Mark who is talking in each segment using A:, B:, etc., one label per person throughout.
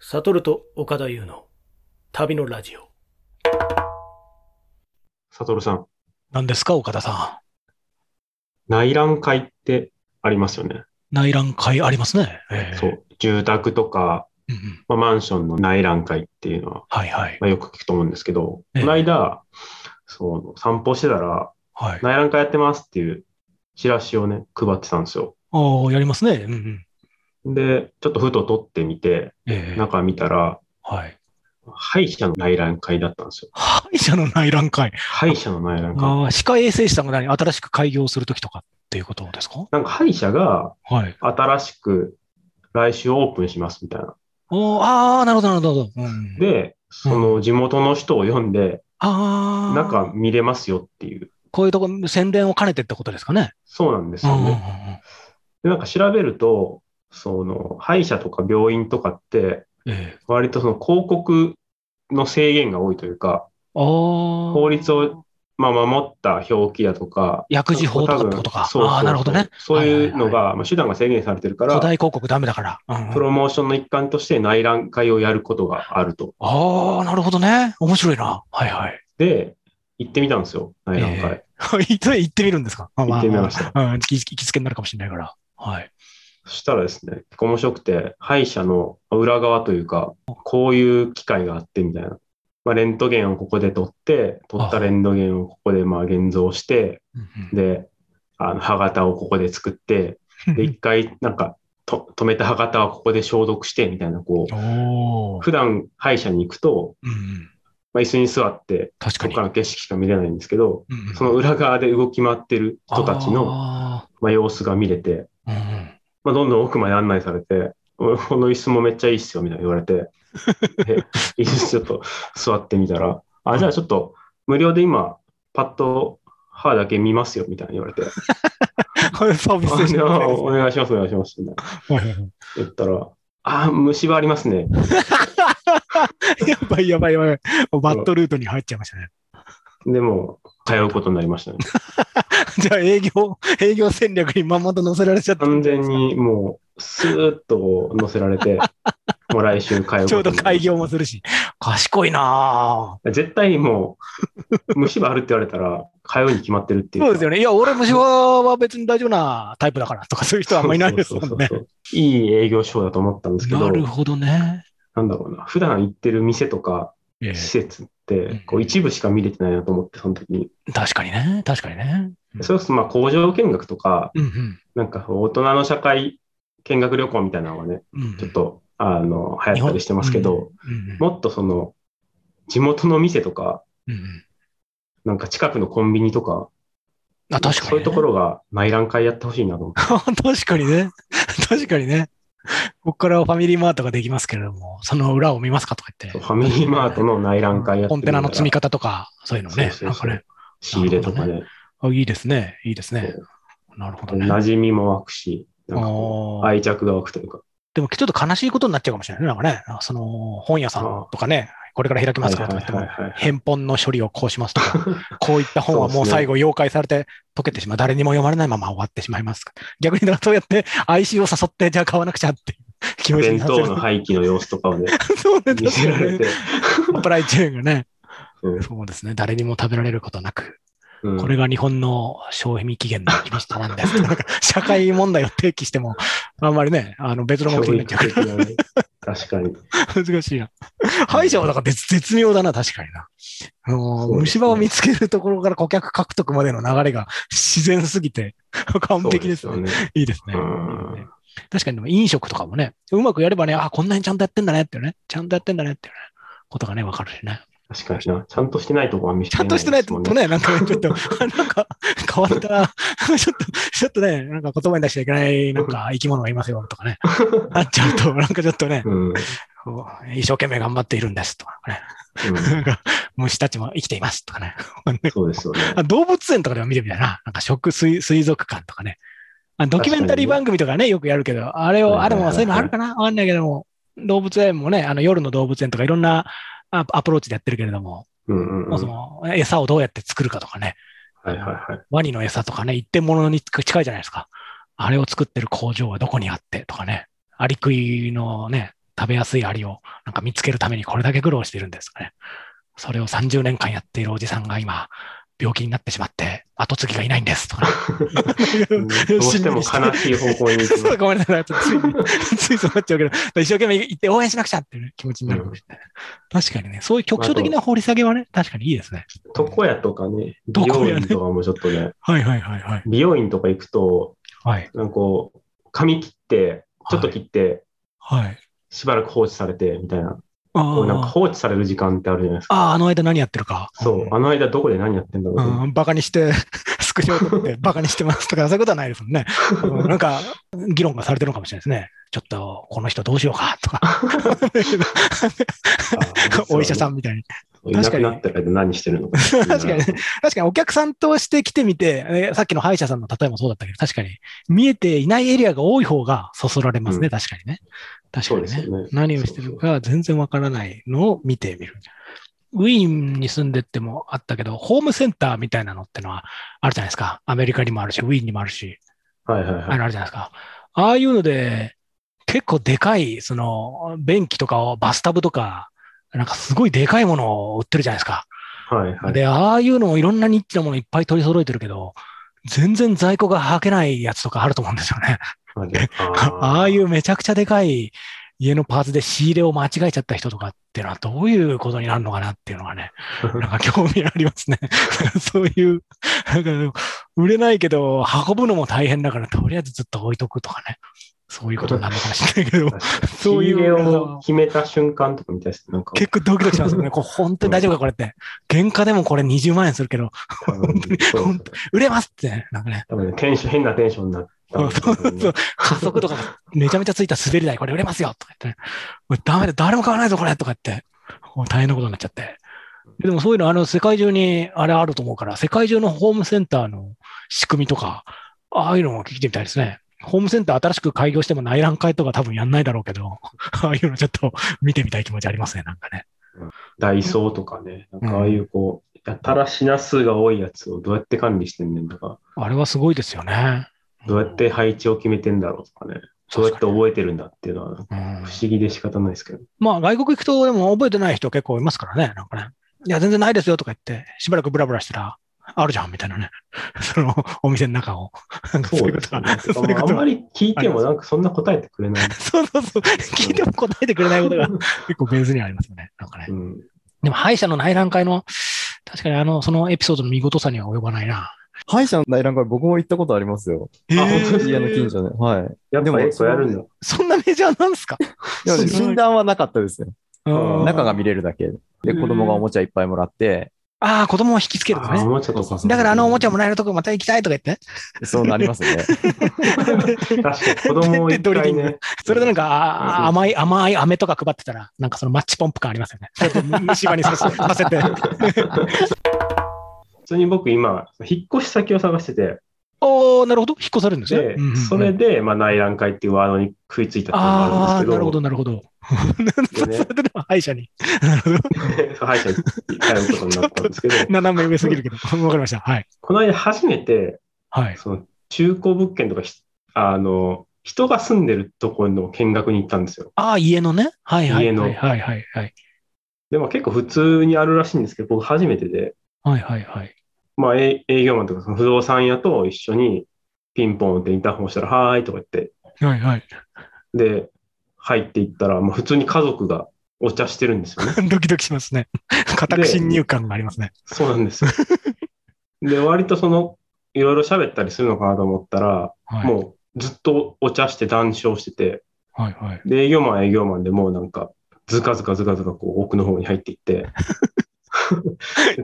A: サトルと岡田優の旅のラジオ。
B: サトルさん、
C: 何ですか、岡田さ
B: 内覧会ってありますよね。
C: ん。内覧会ありますね。ええ
B: そう。住宅とか、
C: うんうん
B: まあ、マンションの内覧会っていうのは、
C: はいはい。
B: まあ、よく聞くと思うんですけど、
C: ええ
B: この間、その散歩してたら、
C: はい。
B: 内覧会やってますっていうチラシをね、配ってたんですよ。
C: おーやりますね。うんうん。
B: で、ちょっとふと撮ってみて、
C: ええ
B: 中見たら、
C: はい。
B: 歯医者の内覧会だったんですよ。
C: 歯医者の内覧会。
B: 歯医者の内覧会。
C: ああ、歯科衛生士さんが何新しく開業するときとかっていうことですか
B: なんか歯医者が
C: はい。
B: 新しく来週オープンしますみたいな。
C: おーああ、なるほど、なるほど。うん、
B: で、その地元の人を呼んで、
C: ああ、
B: 中見れますよっていう。
C: こういうとこ、宣伝を兼ねてってことですかね。
B: そうなんです
C: うんうんう
B: よ
C: んうん
B: ね。で、なんか調べると、その、歯医者とか病院とかって、
C: ええ
B: 割とその広告の制限が多いというか、
C: ああ。
B: 法律を。まあ、守った表記だとか、
C: 薬事法とかってことか。
B: 多分そうそうそう
C: ああ、なるほどね。
B: そういうの
C: はいは
B: が、まあ、手段が制限されてるか
C: 古
B: ら、
C: 代広告ダメだから。うんうん
B: プロモーションの一環として内覧会をやることがあると。
C: ああ、なるほどね。面白いな。はいはい。
B: で、行ってみたんですよ、内覧
C: え
B: 会。
C: 行って行ってみるんですか行
B: 行ってみました。
C: うん、行き行きつけになるかもしれないから。はい。
B: そしたらですね、結構面白くて、歯医者の裏側というか、こういう機械があってみたいな。まあ、レントゲンをここで撮って、撮ったレントゲンをここでまあ現像して、で、あの歯型をここで作って、で、一回なんかと止めた歯型はここで消毒してみたいな、こう、
C: おー
B: 普段歯医者に行くと、
C: うんうん、
B: まあ、椅子に座って、
C: 確か
B: 他
C: に。
B: の景色しか見れないんですけど、
C: うんうん
B: その裏側で動き回ってる人たちの
C: あ
B: まあ様子が見れて、
C: ーうんうん
B: まあ、どんどん奥まで案内されて、 おこの椅子もめっちゃいいっすよ、みたいな言われ て、で椅子ちょっと座ってみたら、あ、じゃあちょっと無料で今、パッと歯だけ見ますよ、みたいな言わ れて、
C: サービス精
B: あ
C: 神
B: じゃ
C: が
B: あ
C: 高い
B: お願いします、お願いします、みたいな
C: ですね
B: 言ったら、あ、虫歯ありますね。
C: やばいやばいやばい。バッドルートに入っちゃいましたね。
B: でも、通うことになりましたね。
C: じゃあ営業、営業戦略にまんまと乗せられちゃった。
B: 完全にもう、スーッと乗せられて、もう来週通うことになりまし た
C: ちょうど開業もするし。賢いなぁ。
B: 絶対もう、虫歯あるって言われたら、通うに決まってるっていうか。
C: そうですよね。いや、俺虫歯は別に大丈夫なタイプだからとか、そういう人はあんまりいないですもんね
B: そ。うそうそうそういい営業所だと思ったんですけど、
C: なる
B: な
C: ほどね。
B: んだろうな、普段行ってる店とか
C: ええ
B: 施設
C: う
B: っ
C: ん
B: て、こう一部しか見れてないなと思って、その時に。
C: 確かにね。確かにね。
B: それこそまあ工場見学とか、
C: うんうん
B: なんか大人の社会見学旅行みたいなのがね、
C: うんうん。
B: ちょっと、あの、流行ったりしてますけど、
C: うんうん、
B: もっとその、地元の店とか、
C: うんうん
B: なんか近くのコンビニとか、
C: あ、確かに、ね。
B: そういうところが内覧会やってほしいなと思っ て。
C: 確かにね。確かにね。ここからファミリーマートができますけれども、その裏を見ますかとか言
B: フ
C: って。
B: ァミリーマートの内覧会やって
C: コンテナの積み
B: 方。
C: 方とか、そういうのね。
B: そうそうそう
C: なんかね
B: 仕入れとか
C: なる
B: ね。
C: あ。いいですね。いいですね。なるほどね。
B: 馴染みも湧くし、なんかこう
C: あー
B: 愛着が湧くというか、
C: でも、ちょっと悲しいことになっちゃうかもしれないね。なんかね、その本屋さんとかね、これから開きますからとか言っても
B: はいはいはいはい
C: 返本の処理をこうしますと か、こういった本はもう最後、妖解されて溶けてしまう、誰にも読まれないまま終わってしまいます。逆にだからそうやって哀愁を誘って、じゃあ買わなくちゃっていう気持ちに
B: 弁
C: なって
B: 当
C: る。
B: の廃棄の様子とかをね、
C: そうね、
B: 見せられて、
C: サプライチェーンがね、
B: うん
C: そうですね、誰にも食べられることなく、
B: うん
C: これが日本の消費期限の厳しさなんですなんか社会問題を提起しても、あんまりね、あの別の目的
B: 教
C: になっちゃ
B: 育的なね、確かに。
C: う。難しいな。 歯医者はだから絶絶妙だな、確かにな。あの
B: そうですね
C: 虫歯を見つけるところから顧客獲得までの流れが自然すぎて、 完璧です
B: そう
C: ね。
B: ね。
C: いいですね。
B: うん
C: いいね確かにでも飲食とかもね、うまくやればね、あ、こんなにちゃんとやってんだねっていうね、ちゃんとやってんだねっていうね、ことがね、わかるしね。
B: 確かにな。ちゃんとしてないとこは見せ
C: ちゃんとしてない
B: ですも
C: と
B: んね。
C: ね、なんかちょっと、 なんか変わった、 ちょっと、ちょっとね、なんか言葉に出しちゃいけない、なん か生き物がいますよとかね、なっちゃうと、なんかちょっとね、
B: うん。うん
C: こう一生懸命頑張っているんですとかね、なんか虫たちも生きていますとかね、
B: そうですよね。
C: あ動物園とかでも見てみたいな、なんか食水水族館とかね、あドキュメンタリー番組とかね、よくやるけど、あれ
B: はい
C: を、
B: は
C: あ
B: いはい
C: れもそういうのあるかなわかんないけども、動物園もね、あの夜の動物園とかいろんなあアプローチでやってるけれども、
B: うんうんうん。
C: もうそ
B: は
C: の餌をどうやって作るかとかね、
B: いはいはい。
C: ワニの餌とかね、一点物に近いじゃないですか。あれを作ってる工場はどこにあってとかね、アリクイのね、食べやすいアリをなんか見つけるためにこれだけ苦労してるんですかね。それを30年間やっているおじさんが今、病気になってしまって、後継ぎがいないんですとか。
B: うん どうしても悲しい方向に行きます
C: そう、ごめんなさい。ちょっとつ い、ついそうなっちゃうけど、一生懸命行って応援しなくちゃっていうね気持ちになるかもしれない。確かにね、そういう局所的な掘り下げはね、確かにいいですね。
B: 床屋とかね、美
C: 床
B: 容
C: 屋ね
B: 院とかもちょっとね、
C: はいはいはいはい。
B: 美容院とか行くと、
C: はい。
B: なんかこう、髪切って、ちょっと切って、
C: はい。
B: しばらく放置されて、みたいな。
C: あ
B: こうなんか
C: ー
B: 放置される時間ってあるじゃないですか。
C: あー、あの間何やってるか。
B: そう、あの間どこで何やってんだろうと思っ
C: うん、バカにして、 スクショを撮っ てバカにしてますとか、そういうことはないですもんね。うんなんか、議論がされてるのかもしれないですね。ちょっと、この人どうしようかと か。
B: て。あー
C: お医者さんみたいに。
B: いなくなったら何してるのか。
C: 確かに。確かにお客さんとして来てみて、えーさっきの歯医者さんの例えもそうだったけど、確かに見えていないエリアが多い方がそそられますね、
B: うん
C: 確かにね。確かに
B: そうで
C: ね
B: すよね
C: 何をしてるか全然わからないのを見てみる。ウィーンに住んでってもあったけど、ホームセンターみたいなのってのはあるじゃないですか。アメリカにもあるし、ウィーンにもあるし、
B: はいはい
C: あ
B: はい。
C: のあるじゃないですか。ああいうので、結構でかい、その、便器とかを、バスタブとか、なんかすごいでかいものを売ってるじゃないですか。
B: はいはい。
C: で、ああいうのをいろんなニッチなものいっぱい取り揃えてるけど、全然在庫が履けないやつとかあると思うんですよね。
B: あで。
C: ああいううめちゃくちゃでかい家のパーツで仕入れを間違えちゃった人とかっていうのはどういうことになるのかなっていうのが ね、なんか興味ありますね。 そういう、なんか売れないけど運ぶのも大変だからとりあえずずっと置いとくとかね。そういうことになるのかもしれないけ ど、そ
B: そうう
C: い
B: いうう。仕入れを決めた瞬間とかみたいです。なんか、
C: 結構ドキドキしますよね。これ本当に大丈夫かこれって。原価でもこれ20万円するけど、
B: 多分そう
C: 本売れますってね、なんかね。
B: 多分ねテンション、変なテンションになったんです
C: そ
B: け
C: う
B: ど
C: そう
B: ね。
C: そう。加速とか めちゃめちゃついた滑り台、これ売れますよとか言ってね。これダメだ、誰も買わないぞ、これとか言って。もう大変なことになっちゃって。でもそういうの、あの、世界中に、あれあると思うから、世界中のホームセンターの仕組みとか、ああいうのを聞いてみたいですね。ホームセンター新しく開業しても内覧会とか多分やんないだろうけど、 ああいうのちょっと見てみたい気持ちありますね、なんかね。
B: ダイソーとかね、なんかああいうこう、やたら品数が多いやつをどうやって管理してんねんとか、
C: あれはすごいですよね。
B: どうやって配置を決めてんだろうとかね、どうやって覚えてるんだっていうのは
C: うん
B: 不思議で仕方ないですけど。
C: まあ外国行くとでも覚えてない人結構いますからね、なんかね。いや、全然ないですよとか言って、しばらくブラブラしたら、あるじゃんみたいなね。 そのお店の中を。なんかそういうこと
B: よ
C: が
B: ね。てか
C: そういう
B: ま
C: こ
B: ああん
C: と
B: ま
C: が
B: り聞いてもなんかそんな答えてくれない。
C: そうそうそう。聞いても答えてくれないことが結構ベースにはありますよね。なんかね
B: う。ん。
C: でも歯医者の内覧会の、確かにあの、そのエピソードの見事さには及ばないな。
D: 歯医者の内覧会僕も行ったことありますよ。
C: え
B: 本当ですか
D: 家の近所で。はい。
B: やっぱ結構やるんだ。
C: そんなメジャーなんですか
D: でも
C: すごい
D: 診断はなかったですね。
B: うん
D: 中が見れるだけで。で、子供がおもちゃいっぱいもらって、
C: ああ、子供を引きつけるの
B: あお
C: ね。
B: もちゃとか。
C: だからあのおもちゃもらえるとこまた行きたいとか言って。
D: そうなりますね。
B: 確かに子供を一
C: でドリ
B: 回
C: ン
B: ね
C: ク。それでなんか、
B: そうそう
C: あ甘い、甘い飴とか配ってたら、なんかそのマッチポンプ感ありますよね。虫歯に させさせて。
B: 普通に僕今、引っ越し先を探してて、
C: おー、なるほど。引っ越されるんですね。
B: で
C: うんうんうん、
B: それで、まあ、内覧会っていうワードに食いついたっていうのが
C: あ
B: あ
C: あ
B: るん
C: ー、なるほど、
B: で
C: なるほど。
B: すけど、
C: そ
B: でね
C: れでも歯医者に。
B: 歯医者に通うことになったんですけど、
C: 斜め上すぎるけど。わかりました。はい。
B: この間初めて、
C: はい。
B: その中古物件とかひ、あの、人が住んでるところの見学に行ったんですよ。
C: ああ、家のね。はいはい。
B: 家の
C: はいはいはいはい。
B: でも結構普通にあるらしいんですけど、僕初めてで、
C: はいはいはい。
B: まあ、え営業マンとかその不動産屋と一緒にピンポンってインターホンしたら、はーいとか言って、
C: はいはい。
B: で、入っていったら、まあ、普通に家族がお茶してるんです よね。
C: ドキドキしますね。家宅侵入感がありますね。
B: そうなんですよ。で、割とその、いろいろ喋ったりするのかなと思ったら、
C: はい。
B: もうずっとお茶して談笑してて、
C: はいはい。
B: で、営業マンは営業マンでもうなんか、ずかずかずかずかこう奥の方に入って いって、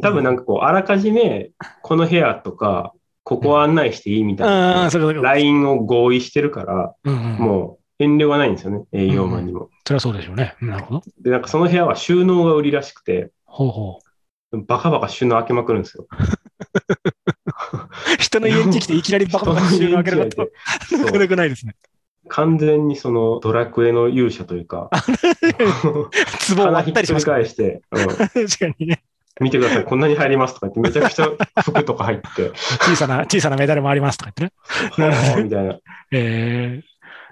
B: 多分なんかこう、あらかじめ、この部屋とか、ここ案内していいみたい
C: ああ、
B: な、
C: それだけ。
B: LINE を合意してるから、
C: うんうん、
B: もう遠慮がないんですよね、営業マンにも。
C: それはそうでしょうね。うんなるほど。
B: で、なんかその部屋は収納が売りらしくて、
C: ほうほう。
B: バカバカ収納開けまくるんですよ。
C: 人の家に来ていきなりバカバカ収納開けること。
B: 人の
C: な
B: 家
C: かな
B: に入って
C: かないですね。
B: そう完全にそのドラクエの勇者というか、
C: 壺を割ったりしますから
B: 返して、うん
C: 確か にね。
B: 見てください、こんなに入りますとか言って、めちゃくちゃ服とか入 って、
C: 小さな、小さなメダルもありますとか言ってね。なるほど
B: みたいな。
C: えー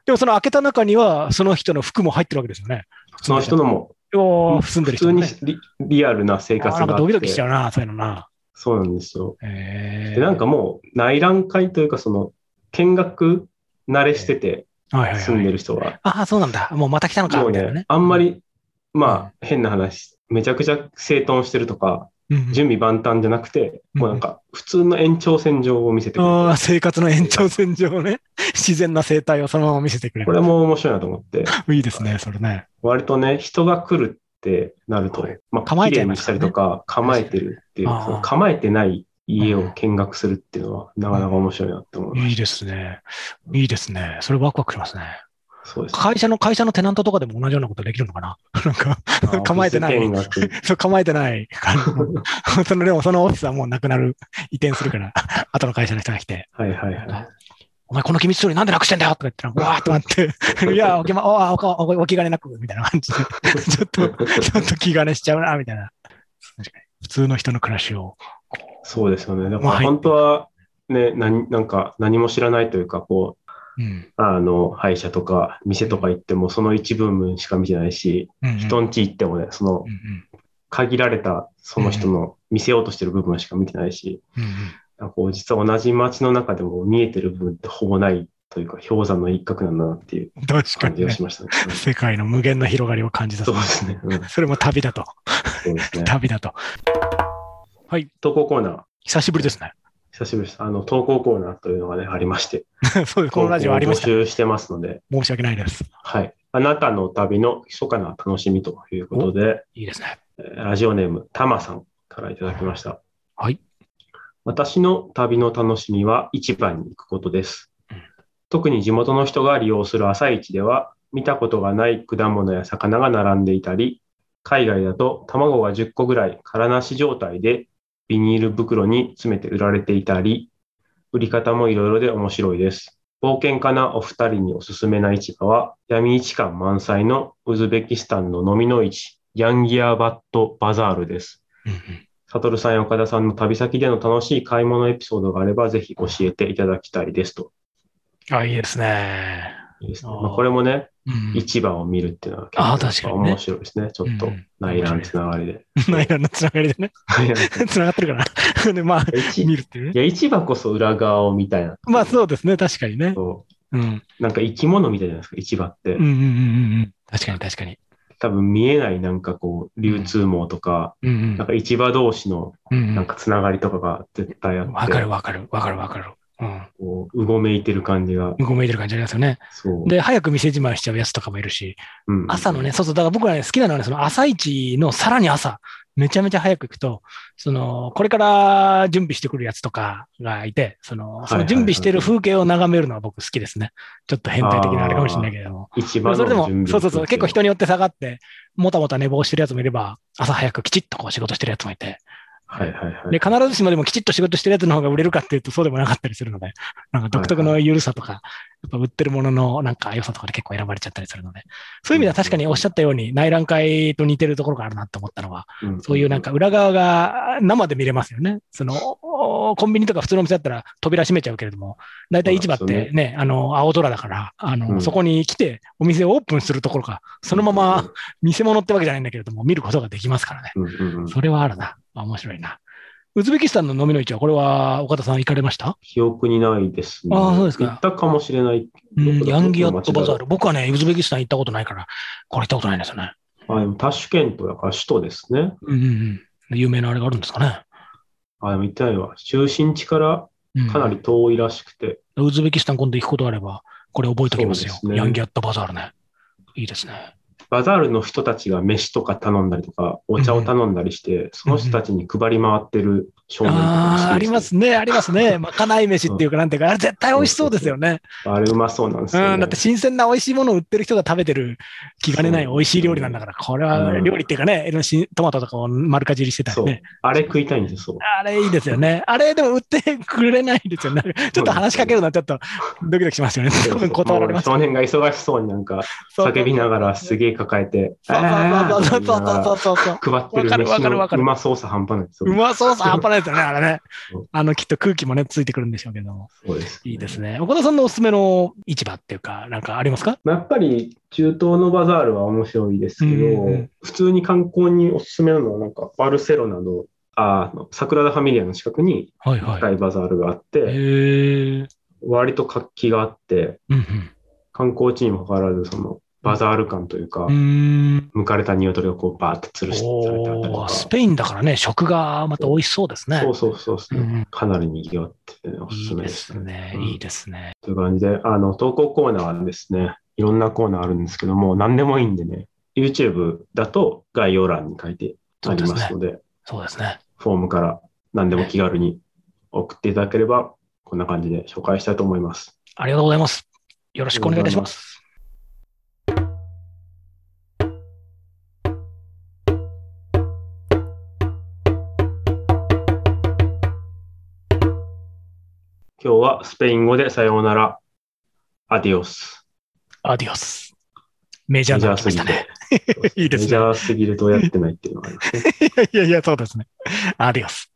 C: でもその開けた中には、その人の服も入ってるわけですよね。
B: その人のも、
C: おー住んでる
B: 普
C: 人
B: 通
C: も
B: に
C: ね、
B: リリアルな
C: あ
B: 生活
C: ー
B: があ
C: なん
B: って
C: かドキドキしちゃうな、そういうのな。
B: そうなんですよ。
C: え
B: で、なんかもう内覧会というか、その見学慣れしてて、
C: はいはい
B: 住ん
C: は
B: で
C: い、
B: る人は。
C: ああ、そうなんだ。もうまた来たのか、
B: もう
C: みたいな
B: ね
C: ね、。
B: あんまり、まあ、変な話、めちゃくちゃ整頓してるとか、
C: うんうん
B: 準備万端じゃなくて、
C: うん
B: もうなんか、普通の延長線上を見せてく
C: あ
B: れ
C: ー生活の延長線上をね、 自然な生態をそのまま見せてくれ
B: て、こ
C: る。
B: れも面白いなと思って、
C: いいですね、それね。
B: 割とね、人が来るってなると
C: はい、
B: ま
C: 構
B: あ、
C: え
B: 綺
C: ちゃい
B: 麗
C: ま
B: に
C: す
B: し
C: か
B: た
C: ら
B: り
C: ね
B: とか、構えてるっていう、
C: あー
B: その構えてない家を見学するっていうのは、なかなか面白いなって思いま
C: いい
B: した。
C: ですね。いいですね。それワクワクしますね。
B: そうですね。
C: 会社の、会社のテナントとかでも同じようなことできるのかな なんか、 構えてない
B: オフィス見学
C: そう構えてない から。その、でもそのオフィスはもうなくなる、移転するから、 後の会社の人が来て、
B: はいはいはい。
C: お前この機密処理なんで楽してんだよとか言ったら、わーっとなって、 いや、お気ま、おおおおお気兼ねなく、みたいな感じで、 ちょっと、 ちょっと気兼ねしちゃうな、みたいな。確かに。普通の人の暮らしを。
B: そうですよね。だか
C: まあ
B: ら本当は、ね、何なんか何も知らないというか、こう、
C: うん。
B: あの、歯医者とか店とか行っても、その一部分しか見てないし、
C: うんうん、
B: 人ん家行ってもね、その
C: うんうん
B: 限られたその人の見せようとしてる部分しか見てないし、
C: うんうん
B: なんかこう実は同じ街の中でも見えてる部分ってほぼないというか、氷山の一角なんだなっていう
C: 確か
B: 感
C: に、
B: じが
C: ね
B: し、ましたね。
C: 世界の無限の広がりを感じた
B: そうですね。うん
C: それも旅だと。
B: そうですね。
C: 旅だと。
B: 投稿コーナー、
C: 久しぶりですね。
B: 久しぶりです。あの、投稿コーナーというのがね、ありまして、
C: そうです。このラジオありました。
B: 投稿を募集してますので、
C: 申し訳ないです。
B: はい。あなたの旅の密かな楽しみということで、
C: いいですね。
B: えーラジオネーム、たまさんからいただきました。
C: はい。
B: 私の旅の楽しみは市場に行くことです
C: うん。
B: 特に地元の人が利用する朝市では、見たことがない果物や魚が並んでいたり、海外だと卵が10個ぐらい空なし状態でビニール袋に詰めて売られていたり、売り方もいろいろで面白いです。冒険家なお二人におすすめな市場は、闇市感満載のウズベキスタンの飲みの市、ヤンギアバットバザールです。
C: うんうん
B: サトルさんや岡田さんの旅先での楽しい買い物エピソードがあれば、ぜひ教えていただきたいですと。
C: あ、いいですね。
B: いいですね
C: あー
B: まあ、これもね、
C: うん
B: 市場を見るっていうのは
C: あー
B: 結構
C: 確かにね
B: 面白いですね。ちょっ
C: う
B: と
C: ん
B: 内覧つながりで。
C: 内覧のつながりでね。つな がってるから。で、まあ、
B: 市
C: 見
B: い
C: るっていうね。
B: や市場こそ裏側を見たいな。
C: まあ、そうですね。確かにね。
B: そ
C: うん。うん
B: うなんか生き物みたいじゃないですか、市場って
C: うんう。んうんうん。確かに確かに。
B: 多分見えないなんかこう、流通網とか、
C: うんうん
B: なんか市場同士の
C: うんう
B: なん
C: ん
B: かつながりとかが絶対あっ
C: わ
B: て
C: かる、わかる。わかるわかる。うん。
B: こう、うごめいてる感じが。
C: ごめいてる感じありますよね。
B: そう。
C: で、早く店じまいしちゃうやつとかもいるし。
B: うん
C: 朝のね、そうそう、だから僕らね、好きなのはね、その朝一のさらに朝、めちゃめちゃ早く行くと、その、これから準備してくるやつとかがいて、その、
B: い
C: その準備してる風景を眺めるのは僕好きですね。ちょっと変態的なあれかもしれないけれども。
B: 市
C: ま
B: 場
C: あ
B: の
C: それでも
B: 準備、
C: そうそうそう、結構人によって下がって、もたもた寝坊してるやつもいれば、朝早くきちっとこう仕事してるやつもいて、
B: はいはいはい。
C: で、必ずしもでもきちっと仕事してるやつの方が売れるかっていうとそうでもなかったりするので、なんか独特の緩さとか、やっぱ売ってるもののなんか良さとかで結構選ばれちゃったりするので、そういう意味では確かにおっしゃったように内覧会と似てるところがあるなと思ったのは、
B: ん
C: そういうなんか、裏側が生で見れますよね。その、おコンビニとか普通のお店だったら扉閉めちゃうけれども、大体市場って
B: そうなん
C: ね
B: で、
C: あの、青空だから、あの、
B: うん
C: そこに来てお店をオープンするところが、そのまま見せ物ってわけじゃないんだけれども、見ることができますからね。
B: うんうんうん、
C: それはあるな。あ面白いな。ウズベキスタンの飲みの市は、これは岡田さん行かれました
B: 記憶にないですね。
C: ああそうですか
B: 行ったかもしれない。
C: うん、ヤンギアットバザー
B: ル。
C: ル。僕はね、ウズベキスタン行ったことないから、これ行ったことないんですよね。
B: あでもタシュケントだから首都ですね。
C: うんうんうん。有名なあれがあるんですかね。
B: あでも行ってないわ。中心地から
C: うん
B: かなり遠いらしくて、
C: ウズベキスタン今度行くことあれば、これ覚えておきますよ。
B: そうですね
C: ヤンギアットバザールね。いいですね。
B: バザールの人たちが飯とか頼んだりとか、お茶を頼んだりして、その人たちに配り回ってる少年とか
C: ああ、あ
B: 好き
C: り
B: です
C: ま
B: ね
C: すね、あります ね。まかない飯っていうか、なんていうか、あれ絶対美味しそうですよね。
B: あれうまそうなんですよ、ね。
C: うん、だって新鮮な美味しいものを売ってる人が食べてる気兼ねない美味しい料理なんだから、これは
B: うん
C: 料理っていうかね、いろんな新トマトとかを丸かじりしてた
B: そ
C: り
B: う
C: ね。。
B: あれ食いたいんです よ、
C: あれいいですよね。あれでも売ってくれないですよね。ちょっと話しかけるのはちょっとドキドキしますよね。
B: そう。
C: 多分断られます
B: もう少年が忙しそうになんか
C: そう
B: 叫びながらすげえ抱えて、
C: そうそうそうそうそうそうそう。
B: 配って
C: わ
B: る
C: かるわ
B: 飯
C: かるわ
B: の
C: かる
B: うまそうさ半端ないです。
C: うまそうさ、半端ないですよね、あれね
B: そう。
C: あの、きっと空気もね、ついてくるんでしょうけども。
B: そうです。
C: いいですね。岡田さんのおすすめの市場っていうか、なんかありますか
B: まあやっぱり中東のバザールは面白いですけど、
C: うんうん
B: 普通に観光におすすめなのは、なんかバルセロナの、ああの、サグラダ・ファミリアの近くに
C: はいは
B: 深いバザールがあって、
C: へえ。
B: 割と活気があって、
C: うんうん
B: 観光地にもかかわらず、そのバザール感というか、
C: うーん。
B: 剥かれた鶏がこうバーって吊るしされてあったりと
C: おー
B: か。
C: スペインだからね、食がまた美味しそうですね。
B: そうそうそうそう、
C: うんうん
B: かなり賑わってておす
C: い
B: す
C: い
B: め
C: で
B: ですす
C: ね
B: う。ん
C: いいですね。
B: という感じで、あの、投稿コーナーはですね、いろんなコーナーあるんですけども、何でもいいんでね、YouTube だと概要欄に書いてありますので、
C: そうですね。
B: フォームから何でも気軽に送っていただければ、こんな感じで紹介したいと思います。
C: ありがとうございます。よろしくお願いいたします。
B: 今日はスペイン語でさようなら、アディオス。
C: アディオス。メジャーなの来ましたね。
B: メジャーすぎて。
C: いいですね
B: メジャーすぎるとやってないっていうのがありますね。
C: いやいや、そうですね。アディオス。